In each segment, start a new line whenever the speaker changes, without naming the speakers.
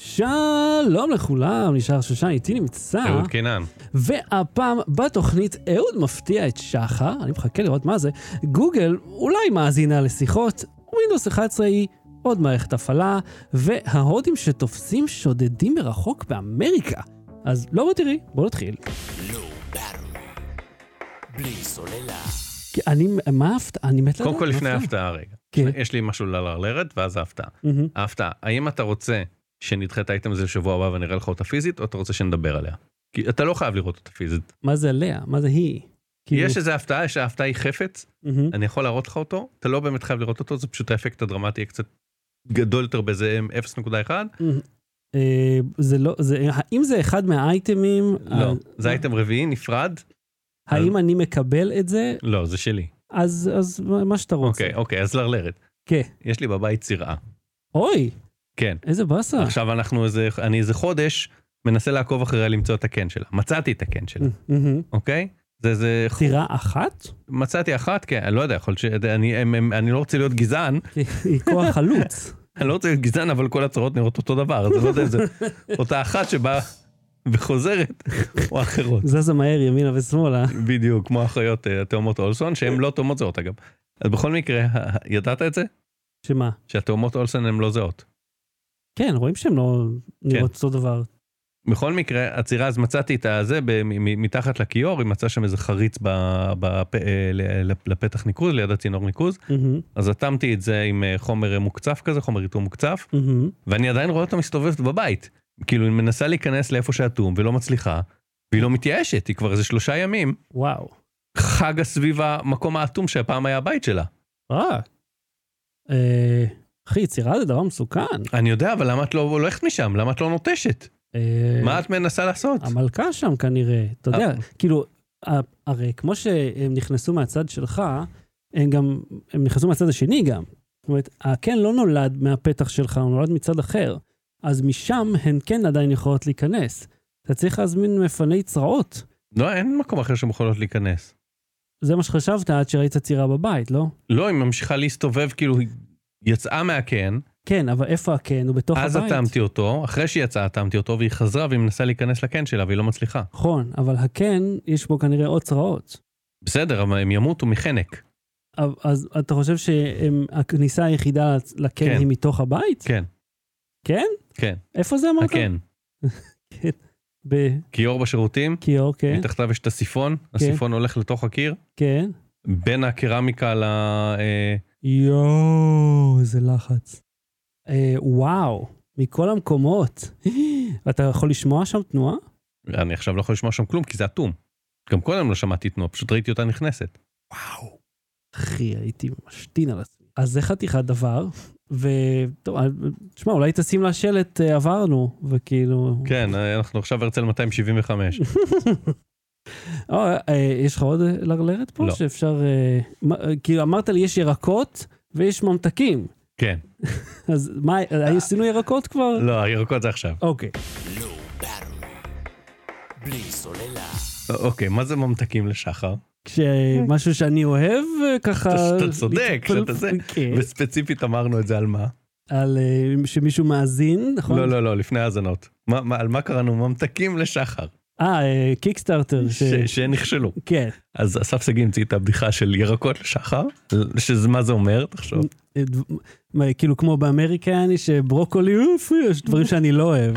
שלום לכולם, נשאר שושן, איתי נמצא.
אהוד כן. קינן.
והפעם בתוכנית אהוד מפתיע את שחר, אני מחכה לראות מה זה. גוגל אולי מאזינה לשיחות, ווינדוס 11 היא עוד מערכת הפעלה, וההודים שתופסים שודדים מרחוק באמריקה. אז לא בוא תראי, בוא נתחיל.
בלי סוללה.
כי אני, מה ההפתעה? אני מת לדעת.
קודם כל
מה
לפני
ההפתעה?
ההפתעה רגע.
כן.
שני- יש לי משהו ללרלרת ואז ההפתעה.
מהמם.
ההפתעה, האם אתה רוצה שנדחה את האייטם הזה לשבוע הבא ונראה לך אותה פיזית, או אתה רוצה שנדבר עליה? כי אתה לא חייב לראות אותה פיזית.
מה זה עליה? מה זה היא? כאילו-
יש איזה הפתעה, יש ההפתעה היא חפץ,
מהמם.
אני יכול להראות לך אותו, אתה לא באמת חייב לראות אותו, זה פשוט האפקט הדרמטי יהיה קצת גדול יותר באיזה 0.1,
אה, זה לא, זה, האם זה אחד מהאייטמים?
לא. אה.
אה,
זה אייטם רביעי, נפרד,
האם אני מקבל את זה?
לא, זה שלי.
אז, אז מה שאתה רוצה.
אוקיי, אוקיי, אז לרלרת.
כן.
יש לי בבית צירה.
אוי,
כן.
איזה באסה.
עכשיו אנחנו איזה, אני איזה חודש מנסה לעקוב אחריה למצוא את הקן שלה. מצאתי את הקן שלה,
מהמם.
אוקיי? זה זה,
סירה אחת?
מצאתי אחת, כן, אני לא יודע, יכול להיות שאני הם- הם- אני לא רוצה להיות גזען,
היא היא כוח חלוץ.
אני לא רוצה להיות גזען, אבל כל הצהרות נראות אותו דבר, אז אני לא יודע אם זה אותה אחת שבאה וחוזרת, או אחרות.
זזה מהר ימינה ושמאלה.
בדיוק, כמו אחיות אה, התאומות אולסון, שהן לא תאומות זהות אגב. אז בכל מקרה, ה- ה- ידעת את זה?
שמה?
שהתאומות אולסון הן לא זהות.
כן, רואים שהן לא
כן.
נראות אותו דבר.
בכל מקרה, הצירה, אז מצאתי את הזה ב- מ- מ- מתחת לכיור, היא מצאה שם איזה חריץ ב- בפ- אה, ל- ל- לפתח ניקוז, ליד הצינור ניקוז,
מהמם,
אז אטמתי את זה עם אה, חומר אה, מוקצף כזה, חומר איתור מוקצף,
מהמם.
ואני עדיין רואה אותה מסתובבת בבית. כאילו, היא מנסה להיכנס לאיפה שאטום ולא מצליחה, והיא לא מתייאשת, היא כבר איזה שלושה ימים
וואו.
חגה סביב המקום האטום שהפעם היה הבית שלה.
אה. אה, אחי, יצירה זה דבר מסוכן.
אני יודע, אבל למה את לא הולכת משם? למה את לא נוטשת?
אה,
מה את מנסה לעשות?
המלכה שם כנראה, אתה יודע,
אה.
כאילו, ה- הרי כמו שהם נכנסו מהצד שלך, הם גם, הם נכנסו מהצד השני גם. זאת אומרת, הקן לא נולד מהפתח שלך, הוא נולד מצד אחר. אז משם הן כן עדיין יכולות להיכנס. אתה צריך להזמין מפני צרעות.
לא, אין מקום אחר שהן יכולות להיכנס.
זה מה שחשבת עד שראית צירה בבית, לא?
לא, היא ממשיכה להסתובב, כאילו, היא יצאה מהקן,
כן, אבל איפה הקן? הוא בתוך
אז
הבית.
אטמתי אותו, אחרי שהיא יצאה אטמתי אותו, והיא חזרה והיא מנסה להיכנס לקן שלה, והיא לא מצליחה.
נכון, אבל הקן, יש בו כנראה עוד צרעות.
בסדר, אבל הם ימותו מחנק.
אבל- אז אתה חושב שהכניסה היחידה לקן
כן.
היא מתוך הבית?
כן,
כן?
כן,
איפה זה אמרת?
הקן. כיור בשירותים,
בקיאור, כן,
מתחתיו יש את הסיפון, הסיפון הולך לתוך הקיר,
כן.
בין הקרמיקה ל... אה,
יואו, איזה לחץ. אה, וואו, מכל המקומות. אתה יכול לשמוע שם תנועה?
אני עכשיו לא יכול לשמוע שם כלום, כי זה אטום. גם קודם לא שמעתי תנועה, פשוט ראיתי אותה נכנסת.
וואו. אחי, הייתי משתין על עצמי. אז זה חתיכת דבר, וטוב, אה, תשמע, אולי תשים לה שלט אה, עברנו, וכאילו...
כן, אה, אנחנו עכשיו הרצל 275.
או, אה, אה, יש לך עוד אה, לרלרת פה?
לא.
שאפשר... אה, מה- אה, כאילו, אמרת לי, יש ירקות ויש ממתקים.
כן,
אז מה, אה, עשינו ירקות כבר?
לא, הירקות זה עכשיו.
אוקיי.
בלי סוללה.
א- אוקיי, מה זה ממתקים לשחר?
כשמשהו שאני אוהב, אה, ככה...
אתה- אתה צודק,
להתפל-
שאתה זה.
כן.
וספציפית אמרנו את זה על מה?
על אה, שמישהו מאזין, נכון?
לא, לא, לא, לפני האזנות. מה- מה- על מה קראנו? ממתקים לשחר,
אה, אה, קיקסטארטר. ש-
ש- שנכשלו.
כן.
אז אסף שגיא המציא את הבדיחה של ירקות לשחר, שזה מה זה אומר, תחשוב.
אה, דב- מה, כאילו כמו באמריקה, אני שברוקולי, אוף, יש דברים שאני לא אוהב.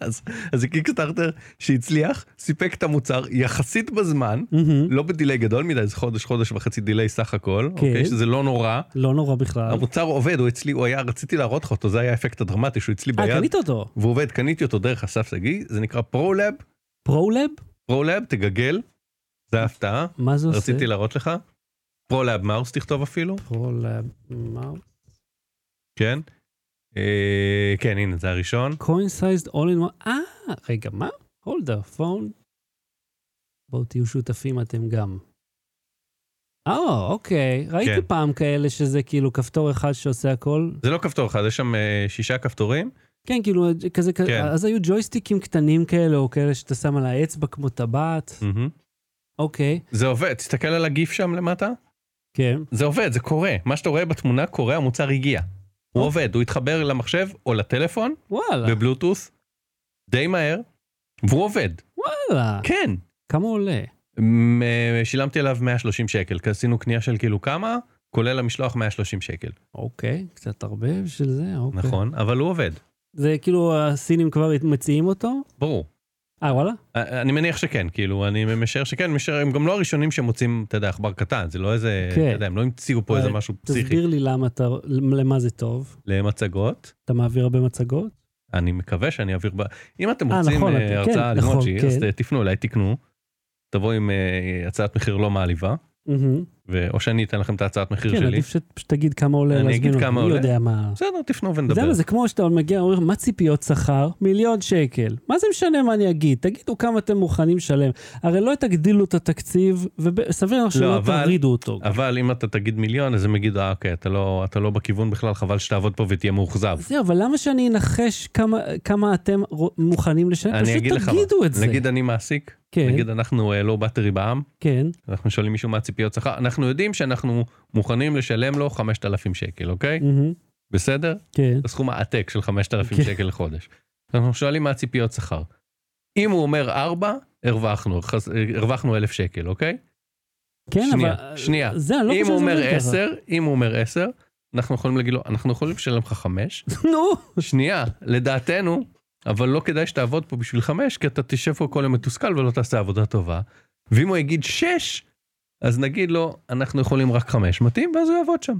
אז אז זה קיקסטארטר שהצליח, סיפק את המוצר יחסית בזמן,
מהמם.
לא בדיליי גדול מדי, זה חודש, חודש וחצי דיליי סך הכל,
כן.
אוקיי? שזה לא נורא.
לא נורא בכלל.
המוצר עובד, הוא אצלי, הוא היה, רציתי להראות לך אותו, זה היה האפקט הדרמטי שהוא אצלי
אה,
ביד,
קנית אותו.
והוא עובד, קניתי אותו דרך אסף שגיא, זה נקרא פרולאב,
פרולאב?
פרולאב, תגגל, זה ההפתעה,
מה זה עושה?
רציתי להראות לך. פרולאב מאוס תכתוב אפילו,
פרולאב. מה?
כן. אה, כן, הנה, זה הראשון.
coincided all in one, אה, רגע, מה? hold the phone. בואו תהיו שותפים אתם גם. אה, אוקיי, ראיתי
כן.
פעם כאלה שזה כאילו כפתור אחד שעושה הכל.
זה לא כפתור אחד, יש שם אה, שישה כפתורים.
כן, כאילו, כזה, כזה,
כן.
אז היו ג'ויסטיקים קטנים כאלה, או כאלה שאתה שם על האצבע כמו טבעת.
מהמם.
אוקיי,
זה עובד, תסתכל על הגיף שם למטה,
כן.
זה עובד, זה קורה. מה שאתה רואה בתמונה קורה, המוצר הגיע.
אוקיי.
הוא עובד, הוא התחבר למחשב או לטלפון
וואלה,
בבלוטוס די מהר, והוא עובד.
וואלה.
כן.
כמה עולה?
מ- אה, שילמתי עליו 130 שקל, כי עשינו קנייה של כאילו כמה, כולל המשלוח 130 שקל,
אוקיי, קצת הרבה בשביל זה, אוקיי.
נכון? אבל הוא עובד,
זה כאילו הסינים כבר מציעים אותו?
ברור.
אה, וואלה?
אה, אני מניח שכן, כאילו, אני משער שכן, משער, הם גם לא הראשונים שמוצאים, אתה יודע, עכבר קטן, זה לא איזה,
כן.
אתה יודע, הם לא המציאו פה
אה,
איזה משהו פסיכי.
תסביר לי למה אתה, למה זה טוב.
למצגות,
אתה מעביר הרבה מצגות?
אני מקווה שאני אעביר, ב- אם אתם
אה,
רוצים
נכון,
אה,
אתה- כן,
הרצאה על
נכון,
אימוג'י, אז
כן.
ת- תפנו אליי, תקנו, תבואו עם אה, הצעת מחיר לא מעליבה,
מהמם.
ו- או שאני אתן לכם את ההצעת מחיר
כן,
שלי.
עדיף שפשוט תגיד כמה עולה
אני
להזמין
אגיד
אותי. מי
כמה עולה.
יודע מה.
בסדר, תפנו
אתה יודע
ונדבר.
מה, זה כמו שאתה מגיע, אומר, מה ציפיות שכר? מיליון שקל. מה זה משנה מה אני אגיד? תגידו כמה אתם מוכנים לשלם. הרי לא תגדילו את התקציב, וסביר לך שלא
לא, אבל-
תרידו אותו.
אבל אם אתה תגיד מיליון, אז הם יגידו, אה, אוקיי, אתה לא, אתה לא בכיוון בכלל, חבל שתעבוד פה ותהיה מאוכזב.
זהו, אבל למה שאני אנחש כמה, כמה אתם רו- מוכנים לשלם?
אני
פשוט
אגיד לך מה,
תגידו את זה.
נגיד אני מעסיק,
כן,
נגיד אנחנו לא בטרי בעם,
כן,
אנחנו שואלים מישהו מה הציפיות שכר, אנחנו יודעים שאנחנו מוכנים לשלם לו 5,000 שקל, אוקיי?
מהמם,
בסדר?
כן,
הסכום העתק של 5,000
כן.
שקל לחודש. אנחנו שואלים מה הציפיות שכר. אם הוא אומר 4, הרווחנו, חס- הרווחנו 1,000 שקל, אוקיי?
כן,
שנייה,
אבל...
שנייה.
זהו, אני לא
אם
חושב
הוא
שזה
אומר
עובד ככה.
10, אם הוא אומר 10, אנחנו יכולים להגיד לו, אנחנו יכולים לשלם לך 5,
נו,
שנייה, לדעתנו, אבל לא כדאי שתעבוד פה בשביל חמש, כי אתה תשב פה כל יום מתוסכל ולא תעשה עבודה טובה. ואם הוא יגיד שש, אז נגיד לו, אנחנו יכולים רק חמש מתאים, ואז הוא יעבוד שם.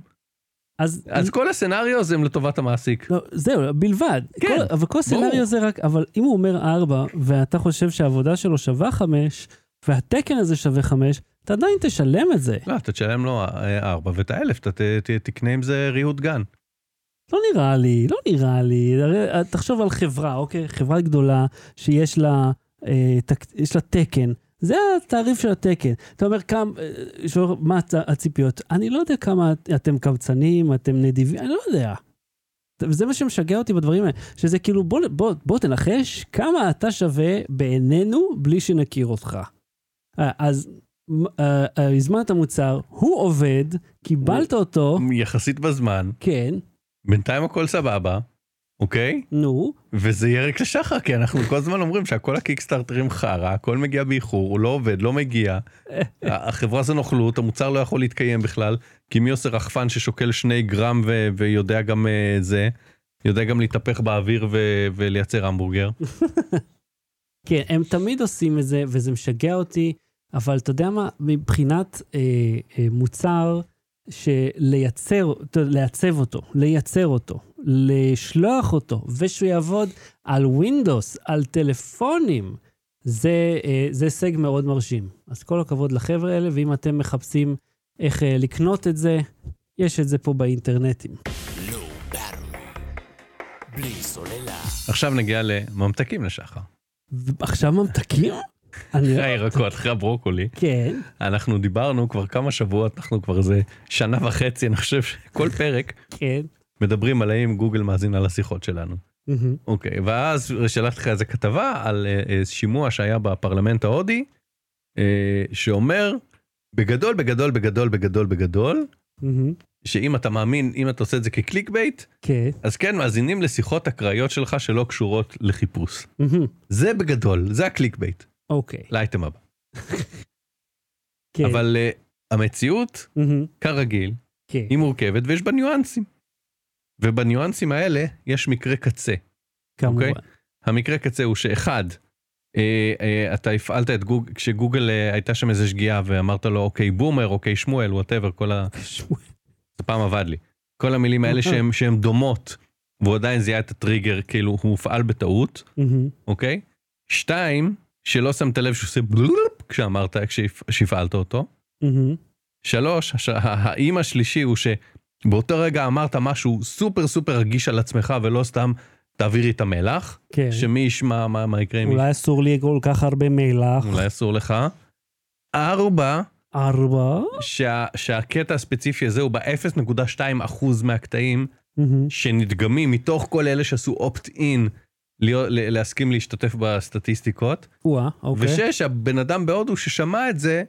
אז...
אז כל הסצנריו הזה הם לטובת המעסיק.
לא, זהו, בלבד.
כן,
כל, אבל כל סצנריו זה רק, אבל אם הוא אומר ארבע, ואתה חושב שהעבודה שלו שווה חמש, והתקן הזה שווה חמש, אתה עדיין תשלם את זה.
לא, אתה תשלם לו אה, ארבע ואת האלף, אתה ת- ת- תקנה עם זה ריהוט גן.
לא נראה לי, לא נראה לי. הרי, אה, תחשוב על חברה, אוקיי? חברה גדולה שיש לה, אה, תק, יש לה תקן. זה התעריף של התקן. אתה אומר, כמה, אה, שואל, מה הצ- הציפיות? אני לא יודע כמה את- אתם קבצנים, אתם נדיבים, אני לא יודע. וזה מה שמשגע אותי בדברים האלה, שזה כאילו, בוא, בוא, בוא תנחש כמה אתה שווה בעינינו בלי שנכיר אותך. אה, אז מ- אה, אה, הזמנת מוצר, הוא עובד, קיבלת אותו,
יחסית בזמן,
כן,
בינתיים הכל סבבה, אוקיי?
נו,
וזה ירק לשחר, כי אנחנו כל הזמן אומרים שהכל הקיקסטארטרים חרא, הכל מגיע באיחור, הוא לא עובד, לא מגיע. החברה זה נוכלות, המוצר לא יכול להתקיים בכלל, כי מי עושה רחפן ששוקל שני גרם ו- ויודע גם אה, זה, יודע גם להתהפך באוויר ו- ולייצר המבורגר.
כן, הם תמיד עושים את זה, וזה משגע אותי, אבל אתה יודע מה, מבחינת אה, אה, מוצר, שלייצר, אתה יודע, לייצב אותו, לייצר אותו, לשלוח אותו, ושהוא יעבוד על Windows, על טלפונים, זה, אה, זה הישג מאוד מרשים. אז כל הכבוד לחבר'ה האלה, ואם אתם מחפשים איך אה, לקנות את זה, יש את זה פה באינטרנטים.
Low Barm. בלי סוללה.
עכשיו נגיע לממתקים לשחר.
עכשיו ממתקים? אני...
אחרי הירקות, אחרי הברוקולי,
כן,
אנחנו דיברנו כבר כמה שבועות, אנחנו כבר איזה שנה וחצי, אני חושב שכל פרק
כן.
מדברים על האם גוגל מאזינה לשיחות שלנו.
מהמם.
אוקיי, ואז שלחתי לך איזה כתבה על אה, אה, שימוע שהיה בפרלמנט ההודי, אה, שאומר, בגדול, בגדול, בגדול, בגדול, בגדול,
מהמם.
שאם אתה מאמין, אם אתה עושה את זה כקליק בייט,
כן.
אז כן, מאזינים לשיחות אקראיות שלך שלא קשורות לחיפוש.
מהמם.
זה בגדול, זה הקליק בייט,
אוקיי.
לאייטם הבא.
כן.
אבל אה, המציאות,
מהמם,
כרגיל,
כן.
היא מורכבת ויש בה ניואנסים. ובניואנסים האלה יש מקרה קצה. אוקיי.
כמובן.
המקרה קצה הוא שאחד, אה, אה, אתה הפעלת את גוגל, כשגוגל אה, הייתה שם איזה שגיאה ואמרת לו אוקיי בומר, אוקיי שמואל, וואטאבר, כל ה...
שמואל.
זה פעם עבד לי. כל המילים האלה שהן- שהן דומות, והוא עדיין זיהה את הטריגר, כאילו הוא הופעל בטעות,
מהמם,
אוקיי? שתיים, שלא שמת לב שהוא עושה בלופ כשאמרת, כשהפ- כשהפעלת אותו.
מהמם,
שלוש, הש- ה- האם השלישי הוא שבאותו רגע אמרת משהו סופר סופר רגיש על עצמך ולא סתם תעבירי את המלח,
כן.
שמי ישמע מה מה יקרה אם
אולי אסור לי כל כך הרבה מלח.
אולי אסור לך. ארבע,
ארבע.
שה, שהקטע הספציפי הזה הוא ב-0.2 אחוז מהקטעים
מהמם,
שנדגמים מתוך כל אלה שעשו אופט-אין להסכים להשתתף בסטטיסטיקות.
וואה,
Okay.
אוקיי.
ושש, הבן אדם בהודו ששמע את זה,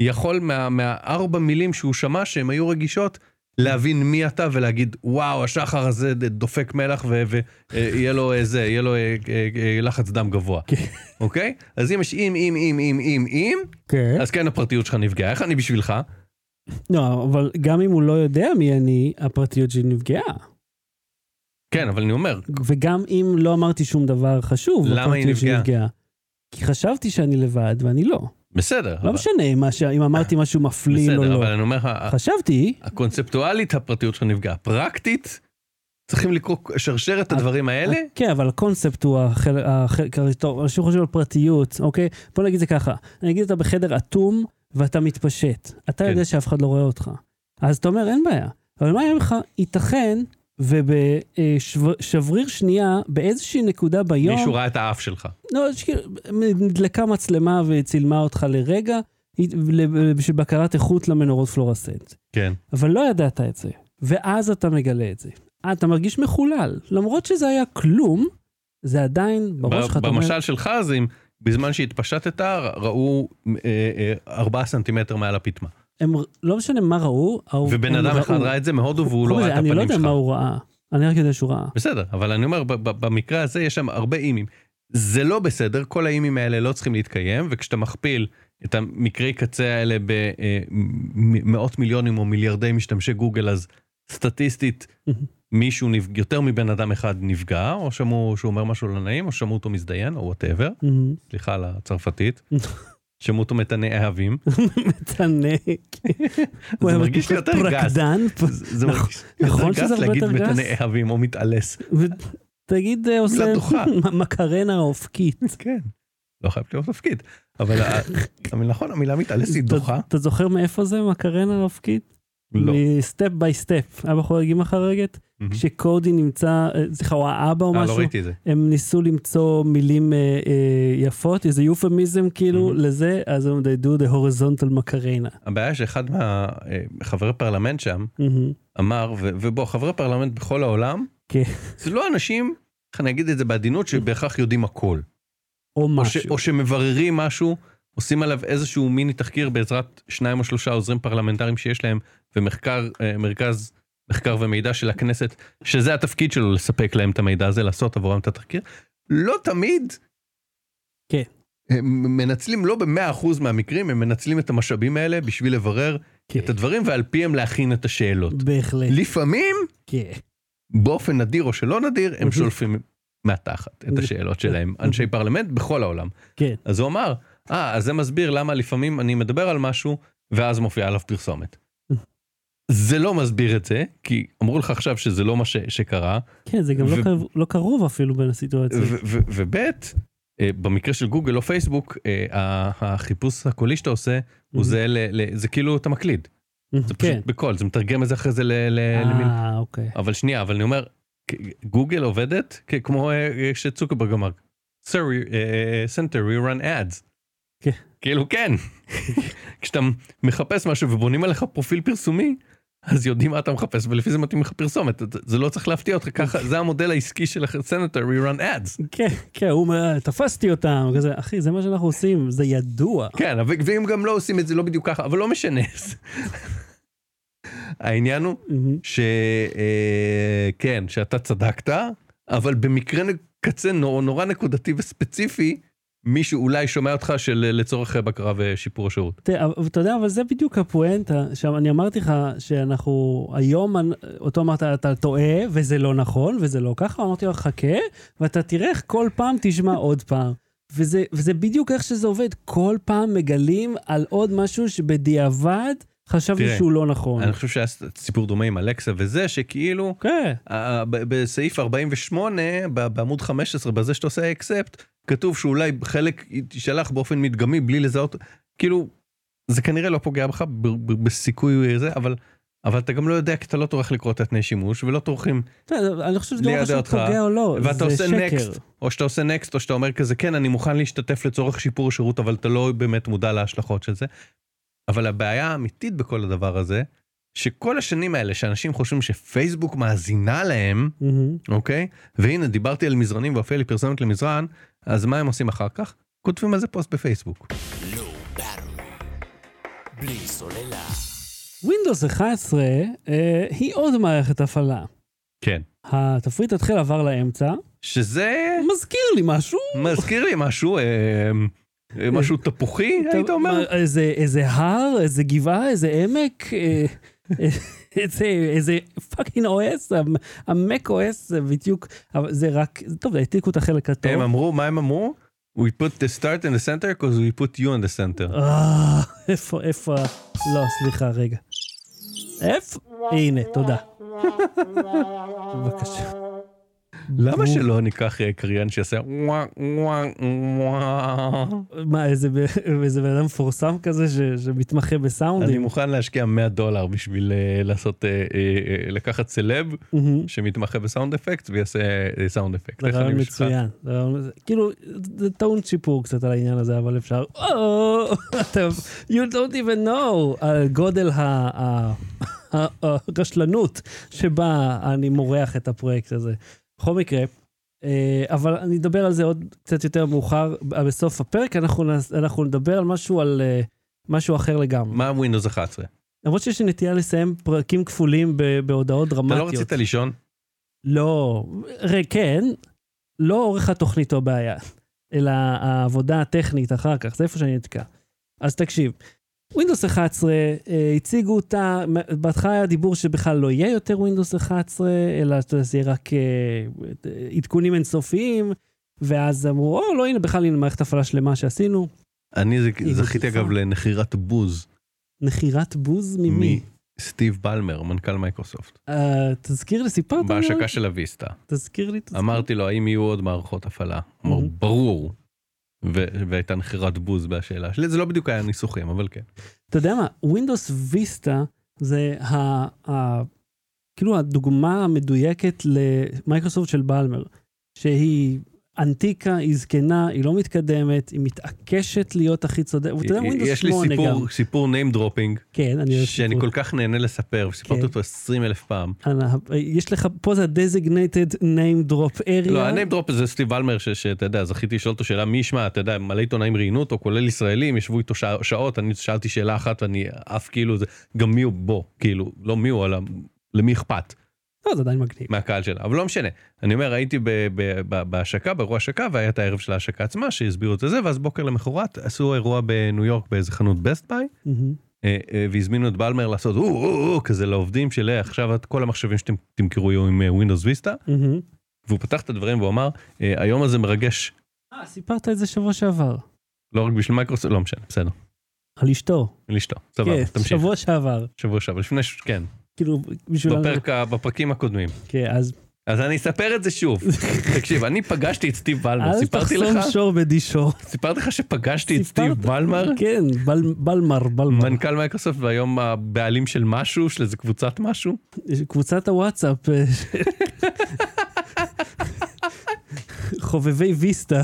יכול מה- מהארבע מילים שהוא שמע שהן היו רגישות, להבין מי אתה ולהגיד, וואו, השחר הזה ד- דופק מלח ויהיה לו אה, זה, יהיה לו אה, אה, אה, לחץ דם גבוה,
כן.
אוקיי? אז אם יש אם, אם, אם, אם, אם, אם,
כן.
אז כן הפרטיות שלך נפגעה. איך אני בשבילך?
לא, אבל גם אם הוא לא יודע מי אני, הפרטיות שלי נפגעה.
כן, אבל אני אומר,
וגם אם לא אמרתי שום דבר חשוב,
למה היא
הפרטיות שלי
נפגעה?
נפגעה. כי חשבתי שאני לבד ואני לא.
בסדר.
לא
אבל-
משנה מה ש- אם אמרתי משהו מפליל או
בסדר,
לא.
אבל אני אומר לך, ה-
חשבתי,
הקונספטואלית הפרטיות שלך נפגעה. פרקטית, צריכים לקרוא שרשרת הדברים האלה.
כן, אבל הקונספט הוא החלק, החלק טוב, אנשים חושבים על פרטיות, אוקיי? בוא נגיד זה ככה, אני אגיד אתה בחדר אטום ואתה מתפשט. אתה
כן.
יודע שאף אחד לא רואה אותך. אז אתה אומר, אין בעיה. אבל מה יהיה לך? ייתכן, ובשבריר שנייה, באיזושהי נקודה ביום...
מישהו ראה את האף שלך.
לא, שכאילו, נדלקה מצלמה וצילמה אותך לרגע, ל- בשביל בקרת איכות למנורות פלורסנט.
כן.
אבל לא ידעת את זה, ואז אתה מגלה את זה. אה, אתה מרגיש מחולל, למרות שזה היה כלום, זה עדיין בראש שלך, אתה אומר,
במשל שלך זה אם בזמן שהתפשטת ר- ראו אה, אה, ארבעה סנטימטר מעל הפיטמה.
הם לא משנה מה ראו, ההוא-
ובן
הם
אדם
ראו.
אחד ראה את זה מהודו והוא לא
חוץ
ראה
מזה,
את
אני לא
הפנים
יודע מה
שלך.
הוא ראה, אני רק יודע שהוא ראה.
בסדר, אבל אני אומר, ב- ב- במקרה הזה יש שם הרבה אימים. זה לא בסדר, כל האימים האלה לא צריכים להתקיים, וכשאתה מכפיל את המקרי קצה האלה במאות מיליונים או מיליארדי משתמשי גוגל, אז סטטיסטית
Mhm.
מישהו, נפ- יותר מבן אדם אחד נפגע, או שמעו שהוא אומר משהו לא נעים, או שמעו אותו מזדיין, או וואטאבר,
מהמם.
סליחה על הצרפתית, שמעו אותו מטנאהבים.
מצנק. הוא
זה
היה
מרגיש לי יותר גס.
פרקדן, פ-
זה זה
נכון-
מרגיש לי
נכון
יותר
שזה
גס
הרבה
להגיד
יותר גס?
מטנאהבים או מתעלס.
ו- תגיד אה, עושה
דוחה.
מקרנה אופקית.
כן. לא חייב להיות תפקיד. אבל ה- אבל נכון, המילה מתעלס היא
אתה-
דוחה.
אתה זוכר מאיפה זה מקרנה אופקית?
לא.
מסטפ ביי סטפ. אבא חורגים לך רגת?
מהמם.
כשקודי נמצא, אה, סליחה, או האבא או
Mhm. אה, לא
משהו,
ראיתי את זה.
הם ניסו למצוא מילים אה, אה, יפות, איזה יופמיזם כאילו
מהמם.
לזה, אז הם they do the horizontal macarena.
הבעיה שאחד מהחברי פרלמנט שם
מהמם.
אמר, ו- ובוא, חברי פרלמנט בכל העולם,
כן.
זה לא אנשים, איך אני אגיד את זה בעדינות, שבהכרח יודעים הכל.
או
או ש-
משהו.
או שמבררים משהו, עושים עליו איזשהו מיני תחקיר בעזרת שניים או שלושה עוזרים פרלמנטריים שיש להם, ומחקר, אה, מרכז מחקר ומידע של הכנסת, שזה התפקיד שלו לספק להם את המידע הזה, לעשות עבורם את התחקיר. לא תמיד.
כן.
הם מנצלים, לא ב-100% מהמקרים, הם מנצלים את המשאבים האלה בשביל לברר
כן.
את הדברים ועל פיהם להכין את השאלות.
בהחלט,
לפעמים,
כן.
באופן נדיר או שלא נדיר, הם
מהמם.
שולפים מהתחת את השאלות שלהם, אנשי פרלמנט בכל העולם.
כן.
אז הוא אמר, אה, אז זה מסביר למה לפעמים אני מדבר על משהו, ואז מופיעה עליו פרסומת. זה לא מסביר את זה, כי אמרו לך עכשיו שזה לא מה ש- שקרה,
כן, זה גם לא
ו-
קרוב- לא קרוב אפילו בין הסיטואציות.
וב', אה, במקרה של גוגל או פייסבוק, אה, ה- החיפוש הקולי שאתה עושה, הוא זהה ל... ל- זה כאילו אתה מקליד,
מהמם.
זה
Mhm. כן.
פשוט בקול, זה מתרגם את זה אחרי זה ל- ל- למין...
אה, אוקיי.
אבל שנייה, אבל אני אומר, כ- גוגל עובדת כ- כמו אה, אה, שצוקרברג אמר, sorry, אה, center, we run ads.
כן.
כאילו כן, כשאתה מחפש משהו ובונים עליך פרופיל פרסומי, אז יודעים מה אתה מחפש ולפי זה מתאים לך פרסומת, זה- זה לא צריך להפתיע אותך ככה, זה המודל העסקי של הסנטר, we run ads.
כן, כן, הוא אומר, "אה, תפסתי אותם, כזה, אחי, זה מה שאנחנו עושים, זה ידוע.
כן, אבל- ואם גם לא עושים את זה לא בדיוק ככה, אבל לא משנה. העניין הוא
מהמם.
שכן, אה, כן, שאתה צדקת, אבל במקרה נ- קצה נור- נורא נקודתי וספציפי, מישהו אולי שומע אותך של לצורך בקרה ושיפור השירות.
תראה, אבל- אתה יודע, אבל זה בדיוק הפואנטה. שם אני אמרתי לך שאנחנו, היום, אנ- אותו אמרת, אתה טועה, וזה לא נכון, וזה לא ככה, אמרתי לו, חכה, ואתה תראה איך כל פעם תשמע עוד פעם. וזה, וזה בדיוק איך שזה עובד, כל פעם מגלים על עוד משהו שבדיעבד חשבנו
תראה,
שהוא לא נכון.
אני חושב שהיה ס- סיפור דומה עם אלכסה וזה, שכאילו
כן,
אה, ב- בסעיף 48, ב- בעמוד 15, בזה שאתה עושה אקספט, כתוב שאולי חלק תישלח באופן מדגמי בלי לזהות, כאילו, זה כנראה לא פוגע בך ב- ב- בסיכוי זה, אבל... אבל אתה גם לא יודע כי אתה לא טורח לקרוא את התנאי שימוש ולא טורחים
בסדר, אני חושב שזה לא
לידע
חשוב
אותך,
פוגע או לא,
ואתה
זה
עושה
שקר.
נקסט, או שאתה עושה נקסט, או שאתה אומר כזה, כן, אני מוכן להשתתף לצורך שיפור השירות, אבל אתה לא באמת מודע להשלכות של זה. אבל הבעיה האמיתית בכל הדבר הזה, שכל השנים האלה שאנשים חושבים שפייסבוק מאזינה להם,
מהמם.
אוקיי? והנה, דיברתי על מזרנים והופיע לי פרסומת למזרן, אז מה הם עושים אחר כך? כותבים על זה פוסט בפייסבוק.
Low Battery. בלי סוללה.
Windows 11 אה, היא עוד מערכת הפעלה.
כן.
התפריט התחיל עבר לאמצע,
שזה
מזכיר לי משהו.
מזכיר לי משהו, אה, אה, משהו תפוחי, היית
אתה-
אומר?
מה, איזה, איזה הר, איזה גבעה, איזה עמק, אה, איזה, איזה פאקינג OS, המ- המק OS זה בדיוק, אבל זה רק, טוב, העתיקו את החלק הטוב.
הם אמרו, מה הם אמרו? We put the start in the center because we put you in the center.
אה, איפה, איפה, ה- לא, סליחה, רגע. איפה? הנה, תודה. בבקשה.
למה שלא ניקח אה, קריין שיעשה וואה וואה וואה?
מה, איזה ב- איזה בן אדם מפורסם כזה ש- שמתמחה
אני
בסאונדים?
מוכן להשקיע 100 דולר בשביל אה, לעשות, אה, אה, אה, לקחת סלב
מהמם.
שמתמחה בסאונד אפקט ויעשה אה, סאונד אפקט.
זה
איך אני
רעיון
בשבילך?
מצוין. זה רעיון- זה- כאילו, זה טעון שיפור קצת על העניין הזה, אבל אפשר... "Oh, אתם- You don't even know על גודל ה- ה- ה- הרשלנות שבה אני מורח את הפרויקט הזה. בכל מקרה, אה, אבל אני אדבר על זה עוד קצת יותר מאוחר ב- בסוף הפרק, אנחנו נס- אנחנו נדבר על משהו על... אה, משהו אחר לגמרי.
מה ווינדוס 11?
למרות שיש לי נטייה לסיים פרקים כפולים ב- בהודעות
אתה
דרמטיות.
לא רצית לישון?
לא, ר- כן, לא אורך התוכנית הוא הבעיה, אלא העבודה הטכנית אחר כך, זה איפה שאני נתקע. אז תקשיב, Windows 11, אה, הציגו אותה, מ- בהתחלה היה דיבור שבכלל לא יהיה יותר Windows 11, אלא אתה יודע, זה יהיה רק אה, עדכונים אינסופיים, ואז אמרו, או, לא, הנה, בכלל, הנה מערכת הפעלה שלמה שעשינו.
אני זכ-
היא
זכיתי
גופה.
אגב לנחירת בוז
מכירת בוז ממי?
מסטיב בלמר, מנכ"ל מייקרוסופט,
אה, תזכיר לי, סיפרת? לי
בהשקה
עליו?
של הוויסטה.
תזכיר לי, תזכיר לי.
אמרתי לו, האם יהיו עוד מערכות הפעלה? הוא אמר,
Mhm.
ברור. ו- והייתה נחירת בוז בשאלה שלי, זה לא בדיוק היה ניסוחים, אבל כן.
אתה יודע מה, Windows Vista זה ה, ה, כאילו הדוגמה המדויקת למייקרוסופט של בלמר, שהיא אנטיקה, היא זקנה, היא לא מתקדמת, היא מתעקשת להיות הכי צודק, ואתה יודע, Windows
יש לי
8 גם.
סיפור, סיפור name dropping,
כן, אני אוהב
שאני
סיפור.
כל כך נהנה לספר, וסיפרתי
כן.
אותו 20 אלף פעם.
אנא, יש לך, פה זה ה-designated name drop area.
לא, ה-name drop זה סטיב בלמר, ש- שאתה יודע, זכיתי לשאול אותו שאלה, מי ישמע, אתה יודע, מלא עיתונאים ראיינו אותו, כולל ישראלים, ישבו איתו שע- שעות, אני שאלתי שאלה אחת ואני עף כאילו, זה- גם מי הוא בו, כאילו, לא מי הוא, אלא למי אכפת.
לא, זה עדיין מגניב.
מהקהל שלה, אבל לא משנה. אני אומר, הייתי ב- ב- ב- בהשקה, באירוע השקה, והיה את הערב של ההשקה עצמה, שהסבירו את זה, ואז בוקר למחרת עשו אירוע בניו יורק באיזה חנות בסט ביי,
מהמם.
אה, אה, והזמינו את בלמר לעשות או, או, או, כזה לעובדים של "אה, עכשיו את כל המחשבים שאתם תמכרו יהיו עם ווינדוס ויסטה,
מהמם.
והוא פתח את הדברים והוא אמר, "אה, היום הזה מרגש,
אה, סיפרת את זה שבוע שעבר.
לא רק בשביל מייקרוסופט, לא משנה, בסדר,
על אשתו.
לאשתו, סבבה,
כן,
תמשיך.
שבוע שעבר.
שבוע שעבר, לפני, ש- כן,
כאילו, בשביל...
בפרק ה- בפרקים הקודמים.
כן, אז
אז אני אספר את זה שוב. תקשיב, אני פגשתי את סטיב בלמר,
אל
סיפרתי לך...
תחסום שור בדי שור.
סיפרתי לך שפגשתי את
סיפרת.
סטיב בלמר,
כן, בל- בלמר, בלמר.
מנכ"ל מייקרוסופט והיום הבעלים של משהו, של איזה קבוצת משהו.
קבוצת הוואטסאפ. אה, ש- חובבי ויסטה.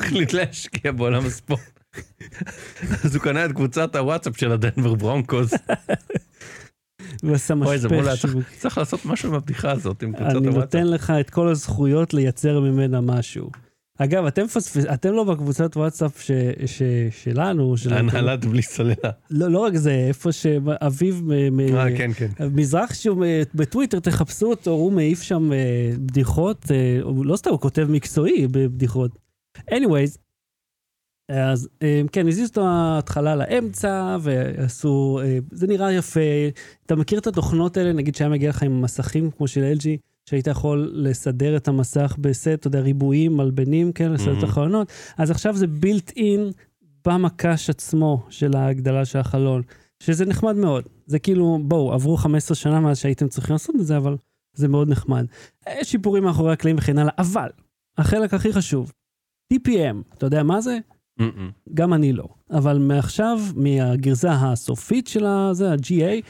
החליט להשקיע בעולם הספורט. אז הוא קנה את קבוצת הוואטסאפ של הדנבר ברונקוס.
ועשה
אוי, זה מול
משפך
הצח-
שיווק.
צריך לעשות משהו עם הבדיחה הזאת עם קבוצת
אני
הוואטסאפ.
נותן לך את כל הזכויות לייצר ממנה משהו. אגב, אתם פספס... אתם לא בקבוצת וואטסאפ ש... ש... שלנו, של...
הנהלת בלי סוללה.
לא, לא רק זה, איפה שאביב... מ- מ-
אה, כן, כן.
מזרח שהוא אה, בטוויטר, תחפשו אותו, הוא מעיף שם אה, בדיחות, אה, הוא לא סתם, הוא כותב מקצועי בבדיחות. anyways, אז אה, כן, הזיזו את ההתחלה לאמצע, ועשו, אה, זה נראה יפה. אתה מכיר את התוכנות האלה, נגיד שהיה מגיע לך עם המסכים, כמו של LG, שהיית יכול לסדר את המסך בסט, אתה יודע, ריבועים, מלבנים, כן, לסדר את
Mhm.
החלונות, אז עכשיו זה built in במקש עצמו של ההגדלה של החלון. שזה נחמד מאוד. זה כאילו, בואו, עברו 15 שנה מאז שהייתם צריכים לעשות את זה, אבל זה מאוד נחמד. יש שיפורים מאחורי הקלעים וכן הלאה, אבל החלק הכי חשוב, TPM, אתה יודע מה זה?
מ-מ.
גם אני לא. אבל מעכשיו, מהגרזה הסופית של הזה, ה-GA,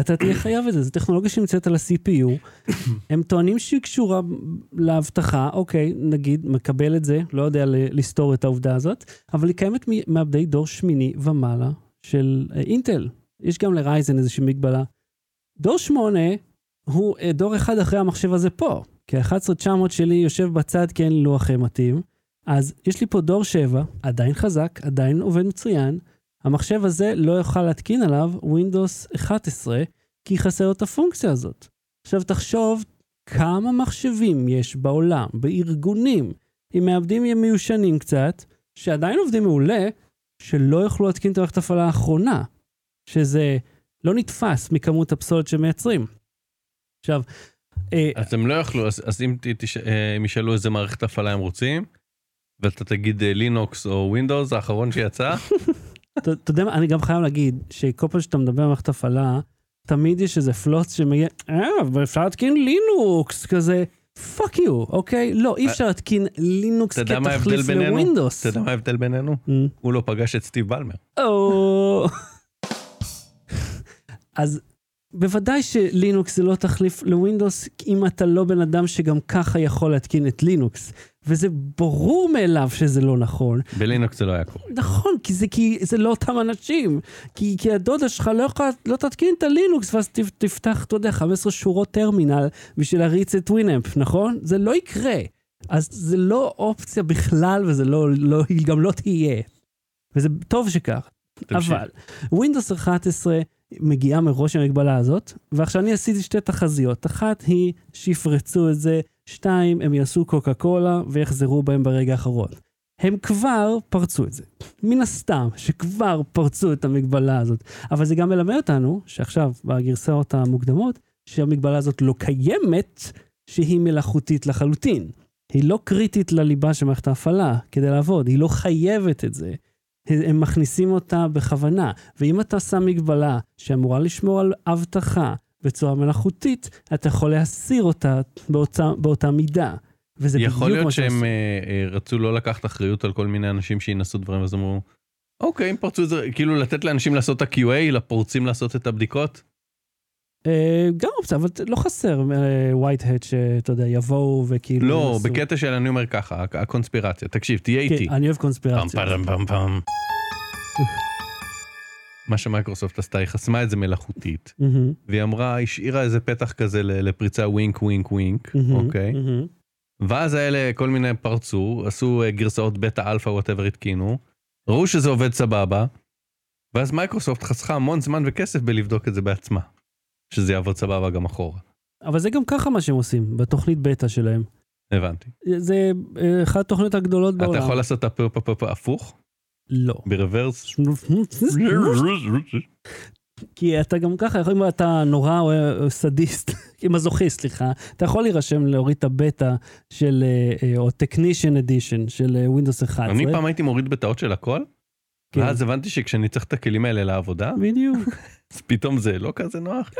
אתה תהיה חייב את זה. זו טכנולוגיה שנמצאת על ה-CPU. הם טוענים שהיא קשורה לאבטחה, אוקיי, נגיד, מקבל את זה, לא יודע ל- לסתור את העובדה הזאת, אבל היא קיימת מ- מעבדי דור שמיני ומעלה של אה, אינטל. יש גם לרייזן איזושהי מגבלה. דור שמונה הוא אה, דור אחד אחרי המחשב הזה פה. כי ה-11900 שלי יושב בצד כן, לא כי אין לי לוח אה, מתאים. אז יש לי פה דור 7, עדיין חזק, עדיין עובד מצוין. המחשב הזה לא יוכל להתקין עליו Windows 11, כי חסר לו את הפונקציה הזאת. עכשיו תחשוב כמה מחשבים יש בעולם, בארגונים, עם מעבדים מיושנים קצת, שעדיין עובדים מעולה, שלא יוכלו להתקין את המערכת ההפעלה האחרונה, שזה לא נתפס מכמות הפסולת שמייצרים. עכשיו, אה,
אז הם לא יכלו, אז, אז אם ת- תש- אה, הם ישאלו איזה מערכת הפעלה הם רוצים, ואתה תגיד אה, לינוקס או ווינדוס, האחרון שיצא,
אתה אתה יודע מה, אני גם חייב להגיד, שכל פעם שאתה מדבר על מערכת הפעלה, תמיד יש איזה פלוץ שמגיע, אה, אבל אפשר להתקין לינוקס, כזה, פאק יו, אוקיי? לא, אי אפשר להתקין לינוקס
אה, אתה יודע מה ההבדל
כתחליף
בינינו?
לווינדוס.
אתה יודע מה ההבדל בינינו?
Mm.
הוא לא פגש את סטיב בלמר.
או... אז בוודאי שלינוקס זה לא תחליף לווינדוס, אם אתה לא בן אדם שגם ככה יכול להתקין את לינוקס. וזה ברור מאליו שזה לא נכון.
בלינוקס זה לא היה קורה.
נכון, כי זה, כי זה לא אותם אנשים. כי, כי הדודה שלך לא, יכול, לא תתקין את הלינוקס, ואז תפ- תפתח, אתה יודע, 15 שורות טרמינל בשביל להריץ את ווינאמפ, נכון? זה לא יקרה. אז זה לא אופציה בכלל, וזה לא, לא, היא גם לא תהיה. וזה טוב שכך.
תמשיך.
אבל, Windows 11 מגיעה מראש המגבלה הזאת, ועכשיו אני עשיתי שתי תחזיות. אחת היא שיפרצו את זה, שתיים, הם יעשו קוקה קולה ויחזרו בהם ברגע האחרון. הם כבר פרצו את זה. מן הסתם, שכבר פרצו את המגבלה הזאת. אבל זה גם מלמד אותנו, שעכשיו, בגרסאות המוקדמות, שהמגבלה הזאת לא קיימת, שהיא מלאכותית לחלוטין. היא לא קריטית לליבה של מערכת ההפעלה כדי לעבוד, היא לא חייבת את זה. הם מכניסים אותה בכוונה, ואם אתה שם מגבלה שאמורה לשמור על אבטחה בצורה מלאכותית, אתה יכול להסיר אותה באותה, באותה מידה. וזה בדיוק
יכול להיות
מה שהם
שהם אה, אה, רצו לא לקחת אחריות על כל מיני אנשים שינסו דברים, אז אמרו, אוקיי, אם פרצו את זה, כאילו לתת לאנשים לעשות את ה-QA, לפורצים לעשות את הבדיקות.
אה, גם אופציה, אבל לא חסר ווייט-הד שאתה יודע, יבואו וכאילו...
לא,
ינסו.
בקטע של אני אומר ככה, הק- הקונספירציה, תקשיב, תהיה איתי.
כן, אני אוהב
פעם
קונספירציה.
פעם פעם פעם. מה שמייקרוסופט עשתה, היא חסמה את זה מלאכותית, והיא אמרה, השאירה איזה פתח כזה ל- לפריצה ווינק ווינק ווינק, אוקיי? ואז האלה כל מיני פרצו, עשו אה, גרסאות בטא אלפא וואטאבר התקינו, ראו שזה עובד סבבה, ואז מייקרוסופט חסכה המון זמן וכסף בלבדוק את זה בעצמה, שזה יעבוד סבבה גם אחורה.
אבל זה גם ככה מה שהם עושים, בתוכנית בטא שלהם.
הבנתי.
זה אה, אחת התוכניות הגדולות בעולם.
אתה יכול לעשות את הפ הפוך,
לא.
ברוורס?
כי אתה גם ככה, יכול- אם אתה נורא אה, סדיסט, מזוכיסט, סליחה, אתה יכול להירשם להוריד את הבטא של, אה, אה, או technician edition של אה, Windows 11.
אני פעם הייתי מוריד בטעות של הכל,
כן.
ואז הבנתי שכשאני צריך את הכלים האלה לעבודה,
בדיוק.
אז פתאום זה לא כזה נוח.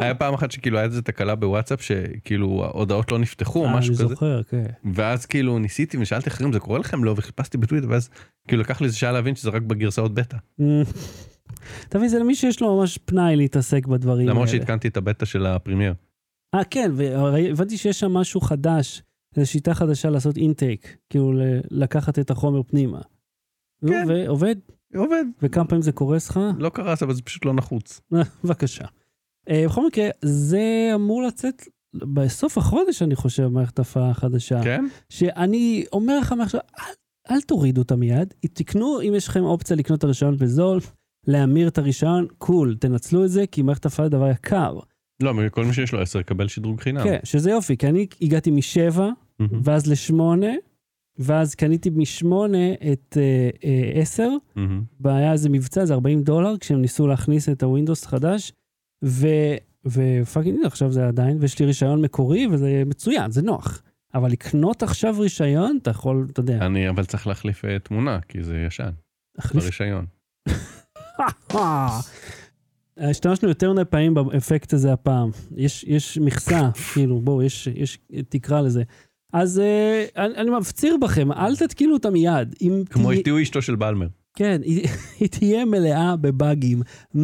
היה פעם אחת שכאילו היה איזה תקלה בוואטסאפ שכאילו ההודעות לא נפתחו או
אה,
משהו
אני
כזה,
זוכר, כן.
ואז כאילו ניסיתי ושאלתי אחרים זה קורה לכם לא וחיפשתי בטוויטר ואז כאילו לקח לי איזה שעה להבין שזה רק בגרסאות בטא
אמ, אתה מבין, זה למי שיש לו ממש פנאי להתעסק בדברים האלה.
למרות שהתקנתי את הבטא של הפרימייר.
אה, כן, והרי הבנתי שיש שם משהו חדש, זו שיטה חדשה לעשות אינטייק, כאילו ל- לקחת את החומר פנימה. נו,
כן.
ועובד,
עובד
וכמה פעמים זה קורס לך?
לא קרס אבל זה פשוט לא נחוץ.
אה, בבקשה. אה, בכל מקרה, זה אמור לצאת בסוף החודש, אני חושב, מערכת ההפעלה החדשה.
כן?
שאני אומר לך מעכשיו, אל, אל תורידו אותה מיד, תקנו, אם יש לכם אופציה לקנות את הרישיון בזול, להמיר את הרישיון, קול, תנצלו את זה, כי מערכת הפעלה זה דבר יקר.
לא אבל כל מי שיש לו 10 יקבל שדרוג חינם.
כן, שזה יופי, כי אני הגעתי משבע,
מהמם,
Mm-hmm. ואז לשמונה, ואז קניתי משמונה את אה, אה, עשר,
מהמם.
והיה איזה מבצע, זה 40 דולר, כשהם ניסו להכניס את הווינדוס החדש, ו... ופאקינג, עכשיו זה עדיין, ויש לי רישיון מקורי, וזה מצוין, זה נוח. אבל לקנות עכשיו רישיון, אתה יכול, אתה יודע,
אני אבל צריך להחליף אה, תמונה כי זה ישן
להחליף
ברישיון.
אה, השתמשנו יותר מדי פעמים באפקט הזה הפעם. יש, יש מכסה, כאילו, בואו, יש, יש תקרה לזה. אז אה, אני, אני מפציר בכם, אל תתקינו אותה מיד. אם
כמו
תהיה-
אשתי הוא אשתו של בלמר.
כן, היא, היא תהיה מלאה בבאגים. 100%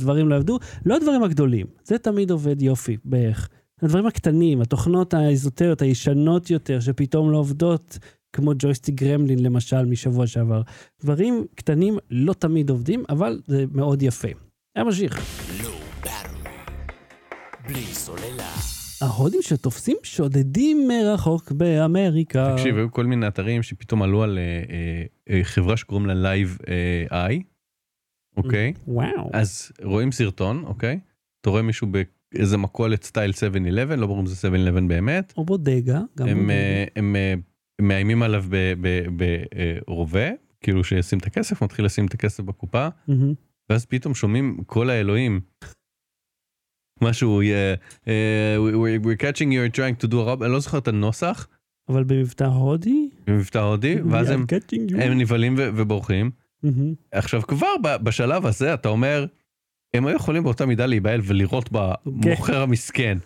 דברים לא עבדו, לא הדברים הגדולים. זה תמיד עובד יופי, בערך. הדברים הקטנים, התוכנות האזוטריות, הישנות יותר, שפתאום לא עובדות, כמו ג'ויסטיק גרמלין למשל משבוע שעבר. דברים קטנים לא תמיד עובדים, אבל זה מאוד יפה. היה ממשיך.
Low Battery. בלי סוללה.
ההודים שתופסים שודדים מרחוק באמריקה.
תקשיב היו כל מיני אתרים שפתאום עלו על אה, אה, אה, חברה שקוראים לה Live AI אוקיי?
וואו.
אז רואים סרטון, אוקיי? אתה רואה מישהו באיזה מכולת סטייל 7-11, לא ברור אם זה 7-11 באמת.
או בודגה, גם
הם,
בודגה.
אה, הם אה, מאיימים עליו ברובה, אה, כאילו שישים את הכסף, מתחיל לשים את הכסף בקופה,
מהמם.
ואז פתאום שומעים קול האלוהים. משהו, yeah, uh, we- we- we're catching you are trying to do a rob, אני לא זוכר את הנוסח,
אבל במבטא הודי?
במבטא הודי, כן, ואז
We are
הם,
catching you. Mm-hmm.
הם נבהלים ו- ובורחים.
מהמם.
עכשיו כבר ב- בשלב הזה אתה אומר, הם היו יכולים באותה מידה להיבהל ולראות
כן.
במוכר המסכן.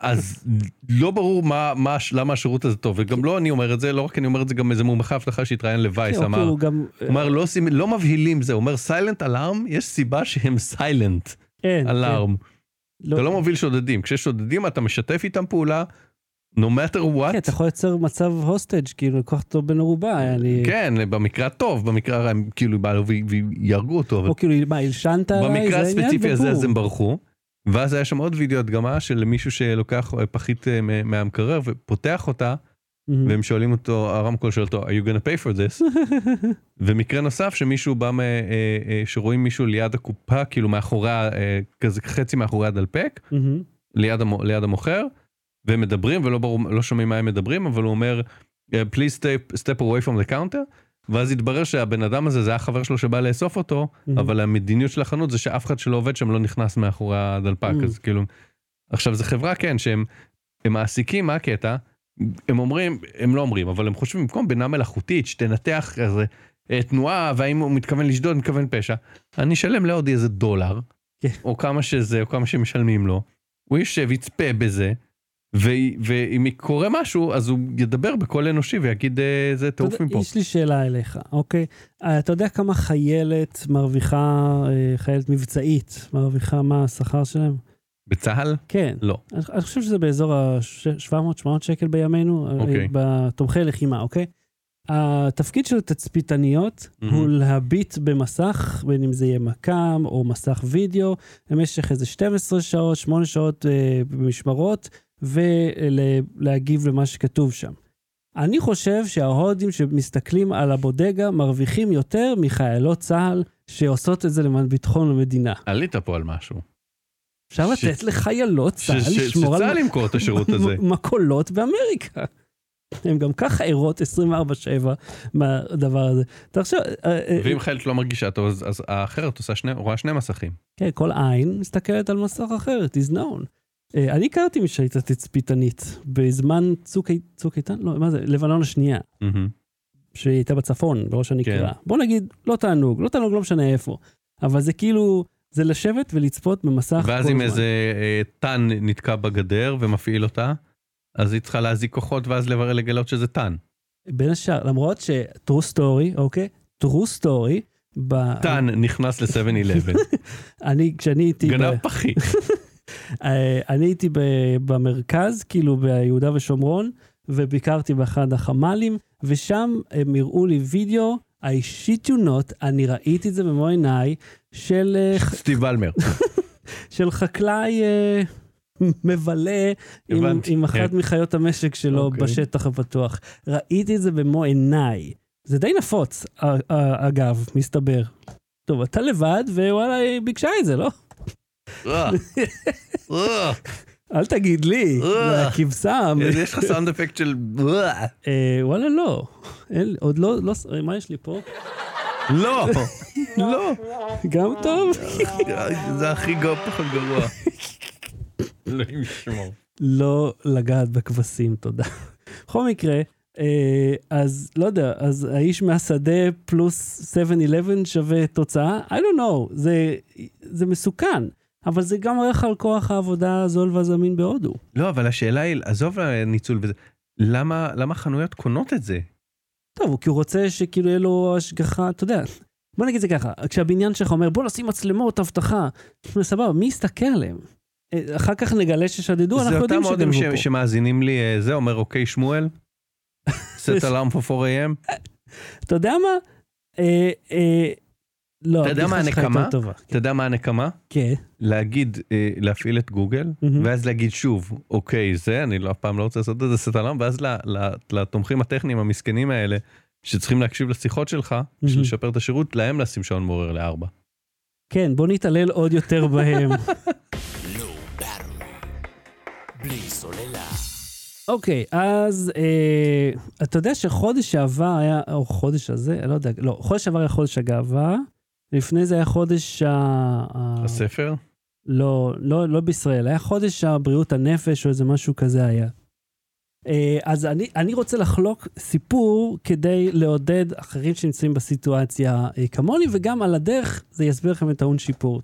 אז לא ברור מה, מה, הש- למה השירות הזה טוב, וגם לא אני אומר את זה, לא רק אני אומר את זה, גם איזה מומחה אבטחה שהתראיין לווייס
כן,
אמר,
כאילו גם...
אה, הוא אמר לא, עושים- לא מבהילים זה, הוא אומר סיילנט אלארם, יש סיבה שהם סיילנט
אין.
אלארם.
כן, לא-
אתה לא מוביל שודדים, כשיש שודדים אתה משתף איתם פעולה, no matter
כן, אתה
what.
יכול לייצר מצב הוסטג', כאילו, לקוח אותו בן ערובה, אני...
כן, במקרה הטוב, במקרה הרע הם כאילו בא לו וי- וי- ויהרגו אותו. אבל
או כאילו, מה, הלשנת עליי?
במקרה
זה העניין?
הספציפי הזה אז
ובום.
הם ברחו. ואז היה שם עוד וידאו הדגמה של מישהו שלוקח אה, פחית אה, מה- מהמקרר ופותח אותה,
מהמם.
והם שואלים אותו, הרמקול שואל אותו, are you gonna pay for this?
Mm-hmm.
ומקרה נוסף שמישהו בא, מ- אה, אה, שרואים מישהו ליד הקופה, כאילו מאחורי, ה- אה, כזה חצי מאחורי הדלפק,
מהמם.
ליד, המו, ליד המוכר, והם מדברים ולא ברור, לא שומעים מה הם מדברים, אבל הוא אומר, "Yeah, please step, step away from the counter, ואז התברר שהבן אדם הזה, זה היה חבר שלו שבא לאסוף אותו,
מהמם.
אבל המדיניות של החנות זה שאף אחד שלא עובד שם לא נכנס מאחורי הדלפק,
Mm.
אז כאילו... עכשיו זו חברה, כן, שהם הם מעסיקים, מה הקטע? הם אומרים, הם לא אומרים, אבל הם חושבים, במקום בינה מלאכותית שתנתח איזה אה, תנועה, והאם הוא מתכוון לשדוד, מתכוון פשע, אני אשלם להודי איזה דולר,
כן.
או כמה שזה, או כמה שמשלמים לו, הוא יושב, יצפה בזה, ו- ואם קורה משהו, אז הוא ידבר בקול אנושי ויגיד, אה, זה
אתה יודע,
טירוף מפה.
יש לי שאלה אליך, אוקיי? אה, אתה יודע כמה חיילת מרוויחה, אה, חיילת מבצעית, מרוויחה מה השכר שלהם?
בצה"ל?
כן.
לא.
אני, אני חושב שזה באזור ה-700-800 שקל בימינו, אה,
אוקיי.
בתומכי לחימה, אוקיי? התפקיד של תצפיתניות
מהמם.
הוא להביט במסך, בין אם זה יהיה מכ"ם או מסך וידאו, במשך איזה 12 שעות, 8 שעות אה, במשמרות, ולהגיב למה שכתוב שם. אני חושב שההודים שמסתכלים על הבודגה מרוויחים יותר מחיילות צה"ל שעושות את זה למען ביטחון המדינה.
עלית פה על משהו.
אפשר
ש-
לתת לחיילות
ש-
צה"ל
ש-
לשמור על
שצה"ל ימכור את השירות הזה.
מ- מכולות באמריקה. הם גם ככה ערות 24-7 מהדבר הזה. תחשוב, אה, אה,
ואם חיילת לא מרגישה טוב, אז, אז האחרת עושה שני, רואה שני מסכים.
כן, כל עין מסתכלת על מסך אחרת, is known. אה, אני הכרתי מי שהייתה תצפיתנית בזמן צוק, אי- צוק איתן, לא, מה זה, לבנון השנייה, שהיא הייתה בצפון, בראש הנקרה.
כן.
בוא נגיד, לא תענוג, לא תענוג, לא משנה איפה. אבל זה כאילו, זה לשבת ולצפות במסך כל
ואז אם
הזמן.
איזה אה, טן נתקע בגדר ומפעיל אותה, אז היא צריכה להזיק כוחות ואז לברר לגלות שזה טן.
בין השאר, למרות ש-true story, אוקיי? true story, ב...
טן נכנס ל-7-11,
אני, כשאני הייתי... ב-
גנב פחי.
אה, אני הייתי ב- במרכז, כאילו ביהודה ושומרון, וביקרתי באחד החמ"לים, ושם אה, הם הראו לי וידאו, I shit you not, אני ראיתי את זה במו עיניי, של, אה, ח-
סטיב בלמר.
של חקלאי אה, מבלה עם,
הבנתי,
עם אחת
כן.
מחיות המשק שלו
אוקיי.
בשטח הפתוח. ראיתי את זה במו עיניי. זה די נפוץ, א- א- אגב, מסתבר. טוב, אתה לבד, ווואלה, היא ביקשה את זה, לא?
אה, אה,
אל תגיד לי,
אה.
הכבשה.
יש לך סאונד אפקט של... אה.
אה, וואלה, לא. אין, עוד לא, לא, אה, מה יש לי פה?
לא, לא,
גם טוב?
זה הכי גרוע, פחות גרוע. אלוהים ישמור.
לא לגעת בכבשים, תודה. בכל מקרה, אה, אז לא יודע, אז האיש מהשדה פלוס 7-11 שווה תוצאה? I don't know, זה, זה מסוכן, אבל זה גם ערך על כוח העבודה הזול והזמין בהודו.
לא, אבל השאלה היא, עזוב ניצול וזה, למה למה חנויות קונות את זה?
טוב, כי הוא רוצה שכאילו יהיה לו השגחה, אתה יודע. בוא נגיד זה ככה, כשהבניין שלך אומר בוא נשים מצלמות אבטחה, סבבה, מי יסתכל עליהם? אה, אחר כך נגלה ששדדו,
זה
לא, אנחנו
אותם
יודעים
הודים
שגנבו פה.
ש- שמאזינים לי, אה, זה אומר, אוקיי, שמואל, set alarm for 4 a.m.
אתה יודע מה? אה, אה, לא,
אתה יודע מה
הבדיחה שלך
הנקמה?
הייתה טובה.
אתה יודע מה הנקמה?
כן.
להגיד, אה, להפעיל את גוגל,
מהמם.
ואז להגיד שוב, אוקיי, זה, אני לא- אף פעם לא רוצה לעשות את זה, set alarm, ואז ל- ל- לתומכים הטכניים המסכנים האלה, שצריכים להקשיב לשיחות שלך, בשביל
מהמם.
לשפר את השירות, להם לשים שעון מעורר לארבע.
כן, בוא נתעלל עוד יותר בהם.
לא ברור. בלי סוללה.
אוקיי, אז אה, אתה יודע שחודש שעבר היה, או חודש הזה, אני לא יודע, לא, חודש שעבר היה חודש הגאווה, לפני זה היה חודש ה... ה-
הספר?
לא, לא, לא בישראל, היה חודש הבריאות הנפש או איזה משהו כזה היה. אה, אז אני, אני רוצה לחלוק סיפור כדי לעודד אחרים שנמצאים בסיטואציה אה, כמוני, וגם על הדרך זה יסביר לכם את ההון שיפור.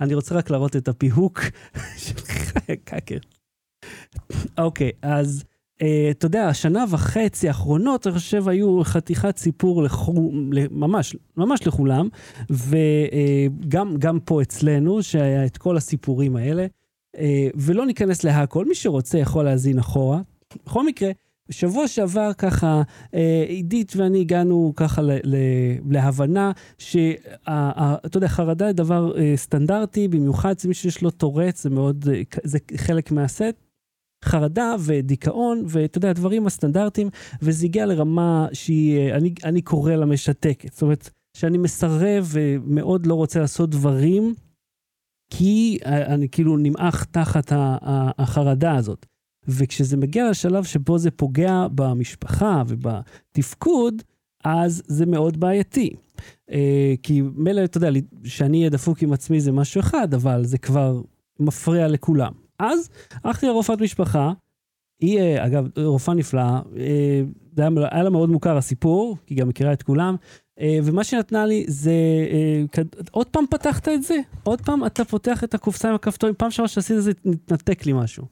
אני רוצה רק להראות את הפיהוק של חיה קקר. אוקיי, אז אה, אתה יודע, השנה וחצי האחרונות, אני חושב, היו חתיכת סיפור לכו, ממש, ממש לכולם. וגם גם פה אצלנו, שהיה את כל הסיפורים האלה, אה, ולא ניכנס להכל, מי שרוצה יכול להאזין אחורה. בכל מקרה, בשבוע שעבר ככה, אה, עידית ואני הגענו ככה ל- ל- להבנה שאתה יודע, חרדה היא דבר אה, סטנדרטי, במיוחד אצל מי שיש לו טורט, זה מאוד, אה, כ- זה חלק מהסט. חרדה ודיכאון, ואתה יודע, הדברים הסטנדרטיים, וזה הגיע לרמה שהיא, אה, אני, אני קורא לה משתקת. זאת אומרת, שאני מסרב ומאוד לא רוצה לעשות דברים, כי אני כאילו נמעך תחת ה- ה- החרדה הזאת. וכשזה מגיע לשלב שבו זה פוגע במשפחה ובתפקוד, אז זה מאוד בעייתי. אה, כי מילא, אתה יודע, שאני אהיה דפוק עם עצמי זה משהו אחד, אבל זה כבר מפריע לכולם. אז הלכתי לרופאת משפחה, היא, אה, אגב, רופאה נפלאה, אה, זה היה, היה לה מאוד מוכר הסיפור, כי היא גם מכירה את כולם, אה, ומה שנתנה לי זה, אה, כד- עוד פעם פתחת את זה? עוד פעם אתה פותח את הקופסה עם הכפתורים, פעם שעברה שעשית את זה, התנתק לי משהו.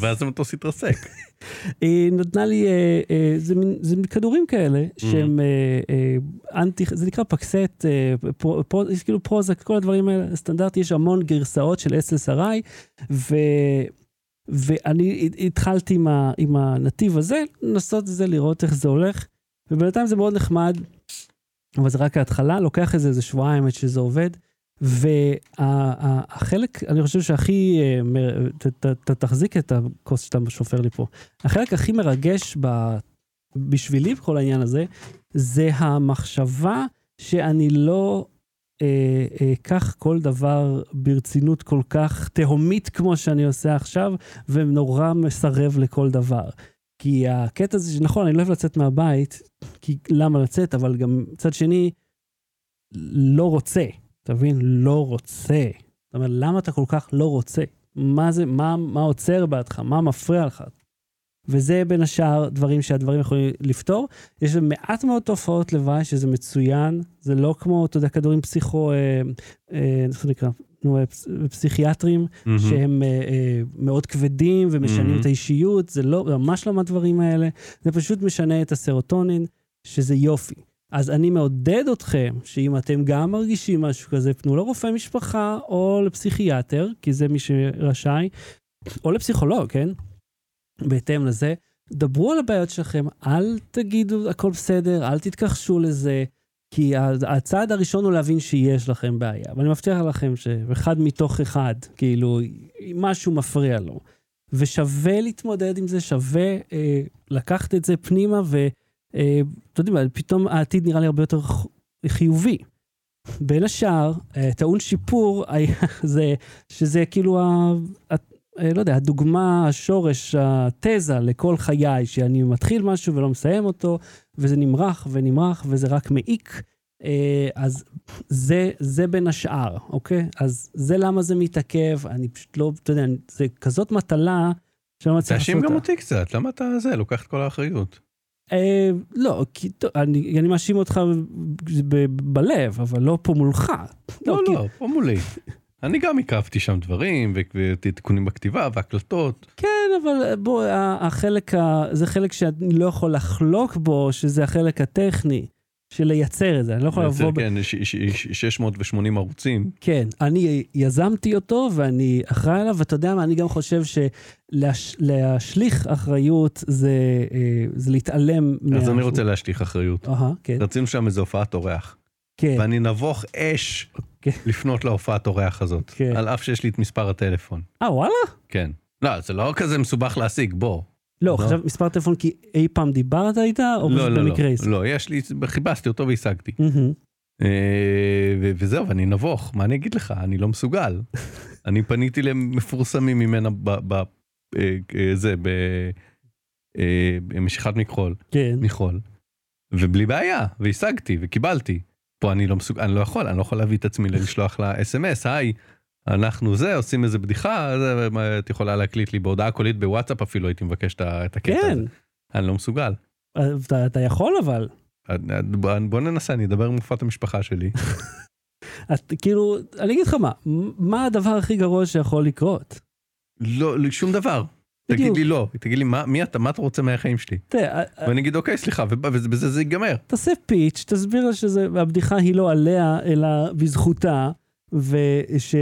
ואז המטוס התרסק.
היא נתנה לי, אה, אה, זה מין זה מין כדורים כאלה, שהם אה, אה, אנטי, זה נקרא פקסט, אה, פרו- פרו- יש כאילו פרוזק, כל הדברים האלה, סטנדרטי, יש המון גרסאות של SSRI, ו... ואני התחלתי עם, ה, עם הנתיב הזה, לנסות את זה, לראות איך זה הולך, ובינתיים זה מאוד נחמד, אבל זה רק ההתחלה, לוקח איזה, איזה שבועיים עד שזה עובד, והחלק, אני חושב שהכי, אה, מ- ת- ת- ת- תחזיק את הכוס שאתה שופר לי פה, החלק הכי מרגש ב, בשבילי בכל העניין הזה, זה המחשבה שאני לא אה, אה, אקח כל דבר ברצינות כל כך תהומית כמו שאני עושה עכשיו, ונורא מסרב לכל דבר. כי הקטע הזה, שנכון, אני לא אוהב לצאת מהבית, כי למה לצאת, אבל גם מצד שני, לא רוצה. אתה מבין? לא רוצה. זאת אומרת, למה אתה כל כך לא רוצה? מה זה, מה, מה עוצר בעדך? מה מפריע לך? וזה בין השאר דברים שהדברים יכולים לפתור. יש מעט מאוד תופעות לוואי שזה מצוין, זה לא כמו, אתה יודע, כדורים פסיכו, אה, אה, איך זה נקרא? נו, אה, פס- פסיכיאטרים,
Mm-hmm.
שהם אה, אה, מאוד כבדים ומשנים
Mhm.
את האישיות, זה לא, זה ממש לא מהדברים האלה, זה פשוט משנה את הסרוטונין, שזה יופי. אז אני מעודד אתכם, שאם אתם גם מרגישים משהו כזה, פנו לרופא משפחה או לפסיכיאטר, כי זה מי שרשאי, או לפסיכולוג, כן? בהתאם לזה. דברו על הבעיות שלכם, אל תגידו הכל בסדר, אל תתכחשו לזה, כי ה- הצעד הראשון הוא להבין שיש לכם בעיה. ואני מבטיח לכם שאחד מתוך אחד, כאילו, משהו מפריע לו. ושווה להתמודד עם זה, שווה אה, לקחת את זה פנימה, ואתם אה, אתם יודעים, מה, פתאום העתיד נראה לי הרבה יותר ח- חיובי. בין השאר, אה, טעון שיפור, היה, זה, שזה כאילו, ה, ה, אה, לא יודע, הדוגמה, השורש, התזה לכל חיי, שאני מתחיל משהו ולא מסיים אותו, וזה נמרח ונמרח, וזה רק מעיק. אה, אז זה, זה בין השאר, אוקיי? אז זה למה זה מתעכב, אני פשוט לא, אתה יודע, אני- זה כזאת מטלה שאני לא מצליח לעשות
תאשים
אותה.
גם אותי קצת, למה אתה זה, לוקח את כל האחריות?
אה, לא, כי טוב, אני, אני מאשים אותך ב- ב- בלב, אבל לא פה מולך.
לא,
כי-
לא, פה מולי. אני גם עיכבתי שם דברים, ו- ותיקונים בכתיבה, והקלטות.
כן, אבל בוא, ה- החלק, ה... זה חלק שאני לא יכול לחלוק בו, שזה החלק הטכני של לייצר את זה. אני לא יכול
בעצם,
לבוא... ב...
כן, ש- ש- ש- 680 ערוצים.
כן, אני יזמתי אותו ואני אחראי עליו, ואתה יודע מה, אני גם חושב שלהשליך אחריות זה, אה, זה להתעלם מה...
אז אני רוצה להשליך אחריות.
אהה, כן,
רצינו שם איזו הופעת אורח,
כן.
ואני נבוך אש
כן.
לפנות להופעת אורח הזאת,
כן.
על אף שיש לי את מספר הטלפון.
אה, וואלה?
כן. לא, זה לא כזה מסובך להשיג, בוא.
לא,
לא.
עכשיו מספר טלפון כי אי פעם דיברת איתה, או
לא,
פשוט
לא, לא.
במקרה?
לא, יש לי, חיפשתי אותו והשגתי.
מהמם.
אה, ו- וזהו, ואני נבוך, מה אני אגיד לך? אני לא מסוגל. אני פניתי למפורסמים ממנה ב... ב- אה, אה, זה, במשיכת מכחול,
כן.
מכחול, ובלי בעיה, והשגתי, וקיבלתי. פה אני לא מסוגל, אני לא יכול, אני לא יכול להביא את עצמי לשלוח לה אס.אם.אס, היי, אנחנו זה, עושים איזה בדיחה, זה, מה, את יכולה להקליט לי בהודעה קולית בוואטסאפ אפילו, הייתי מבקש את ה- את הקטע
כן,
הזה. אני לא מסוגל.
אתה, אתה יכול אבל.
בוא בוא ננסה, אני אדבר עם רופאת המשפחה שלי.
את, כאילו, אני אגיד לך מה, מה הדבר הכי גרוע שיכול לקרות?
לא, לא, שום דבר. תגיד
בדיוק.
לי לא, תגיד לי מה, מי אתה, מה אתה רוצה מהחיים שלי?
תראה,
ואני אגיד אוקיי, סליחה, ובא- ובזה זה ייגמר.
תעשה פיץ', תסביר לה שזה, הבדיחה היא לא עליה, אלא בזכותה, וש...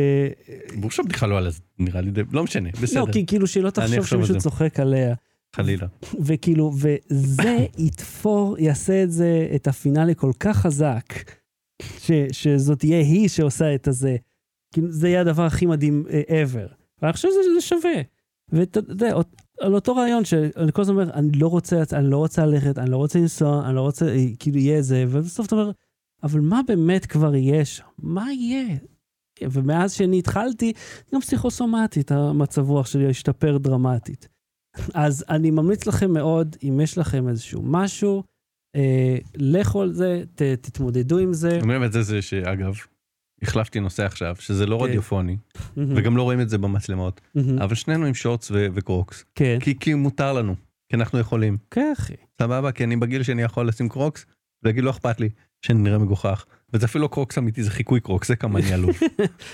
ברור שהבדיחה לא עלה, זה נראה לי די, לא משנה, בסדר,
לא, כי כן. כאילו שהיא לא
אני
תחשוב
אחשוב על
שמישהו
זה.
צוחק עליה,
חלילה.
וכאילו, וזה יתפור, יעשה את זה, את הפינאלי כל כך חזק, ש, שזאת תהיה היא שעושה את הזה. כאילו, זה יהיה הדבר הכי מדהים uh, ever. ואני חושב שזה זה שווה. ואתה יודע, אות- על אותו רעיון שאני כל הזמן אומר, אני לא רוצה, לצ- אני לא רוצה ללכת, אני לא רוצה לנסוע, אני לא רוצה, אה, כאילו יהיה זה, ובסוף אתה אומר, אבל מה באמת כבר יהיה שם? מה יהיה? ומאז שאני התחלתי, גם פסיכוסומטית, המצב רוח שלי השתפר דרמטית. אז אני ממליץ לכם מאוד, אם יש לכם איזשהו משהו, אה, לכו על זה, ת, תתמודדו עם זה.
אני אוהב את זה, זה שאגב, החלפתי נושא עכשיו, שזה לא
כן.
רדיופוני, וגם לא רואים את זה במצלמות,
מהמם.
אבל שנינו עם שוטס ו- וקרוקס,
כן,
כי- כי מותר לנו, כי אנחנו יכולים,
כן, אחי.
סבבה, כי אני בגיל שאני יכול לשים קרוקס, ולהגיד לא אכפת לי, שאני נראה מגוחך, וזה אפילו לא קרוקס אמיתי, זה חיקוי קרוקס, זה כמה אני עלוב.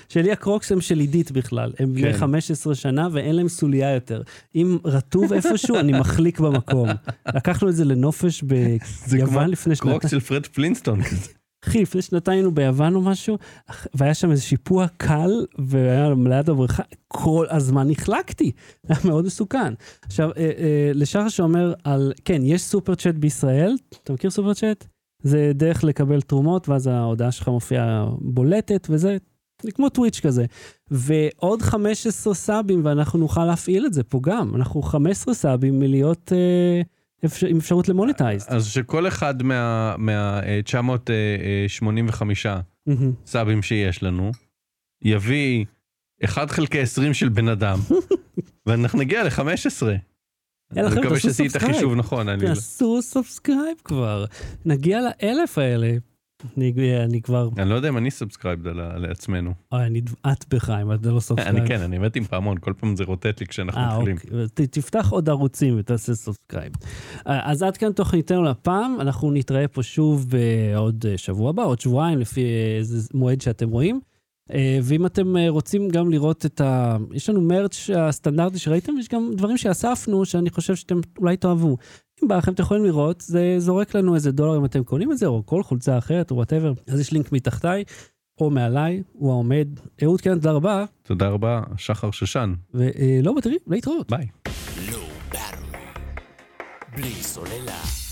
שלי הקרוקס הם של עידית בכלל, הם בני
כן.
15 שנה ואין להם סוליה יותר. אם רטוב איפשהו, אני מחליק במקום. לקחנו את זה לנופש
זה כמו
ביוון לפני
קרוקס
שנתיים.
של פרד פלינסטון, כזה.
אחי, לפני שנתיים היינו ביוון או משהו, אח- והיה שם איזה שיפוע קל, והיה ליד הבריכה, כל הזמן החלקתי. היה מאוד מסוכן. עכשיו, אה, אה, לשחר שאומר על, כן, יש סופר צ'אט בישראל, אתה מכיר סופר צ'אט? זה דרך לקבל תרומות, ואז ההודעה שלך מופיעה בולטת, וזה זה כמו טוויץ' כזה. ועוד 15 סאבים, ואנחנו נוכל להפעיל את זה פה גם. אנחנו 15 סאבים מלהיות אה, אפשר, עם אפשרות למוניטייז.
אז שכל אחד אה, מה-985
מהמם.
אה, סאבים שיש לנו, יביא 1 חלקי 20 של בן אדם, ואנחנו נגיע ל-15.
יאללה,
אני
חבר'ה,
מקווה
תעשו
שעשיתי את
subscribe.
החישוב נכון, אני לא...
תעשו סאבסקרייב כבר. נגיע לאלף האלה. אני, אני כבר,
אני לא יודע אם אני סאבסקרייבד על- לעצמנו.
אוי, אני אדעת בך אם אתה לא סאבסקרייב.
אני כן, אני מת עם פעמון, כל פעם זה רוטט לי כשאנחנו
אה,
מתחילים.
אוקיי. ת- תפתח עוד ערוצים ותעשה סאבסקרייב. אה, אז עד כאן תוכניתנו לפעם, אנחנו נתראה פה שוב בעוד אה, שבוע הבא, עוד שבועיים, לפי אה, איזה מועד שאתם רואים. אה, ואם אתם אה, רוצים גם לראות את ה... יש לנו מרץ' הסטנדרטי שראיתם, יש גם דברים שאספנו שאני חושב שאתם אולי תאהבו. אם בא לכם, אתם יכולים לראות, זה זורק לנו איזה דולר אם אתם קונים את זה, או כל חולצה אחרת, או וואטאבר. אז יש לינק מתחתיי, או מעליי, הוא העומד. אהוד קרן, תודה רבה,
תודה רבה, שחר שושן,
אה, לא ולא, תראי, להתראות.
ביי.
Low Battery. בלי סוללה.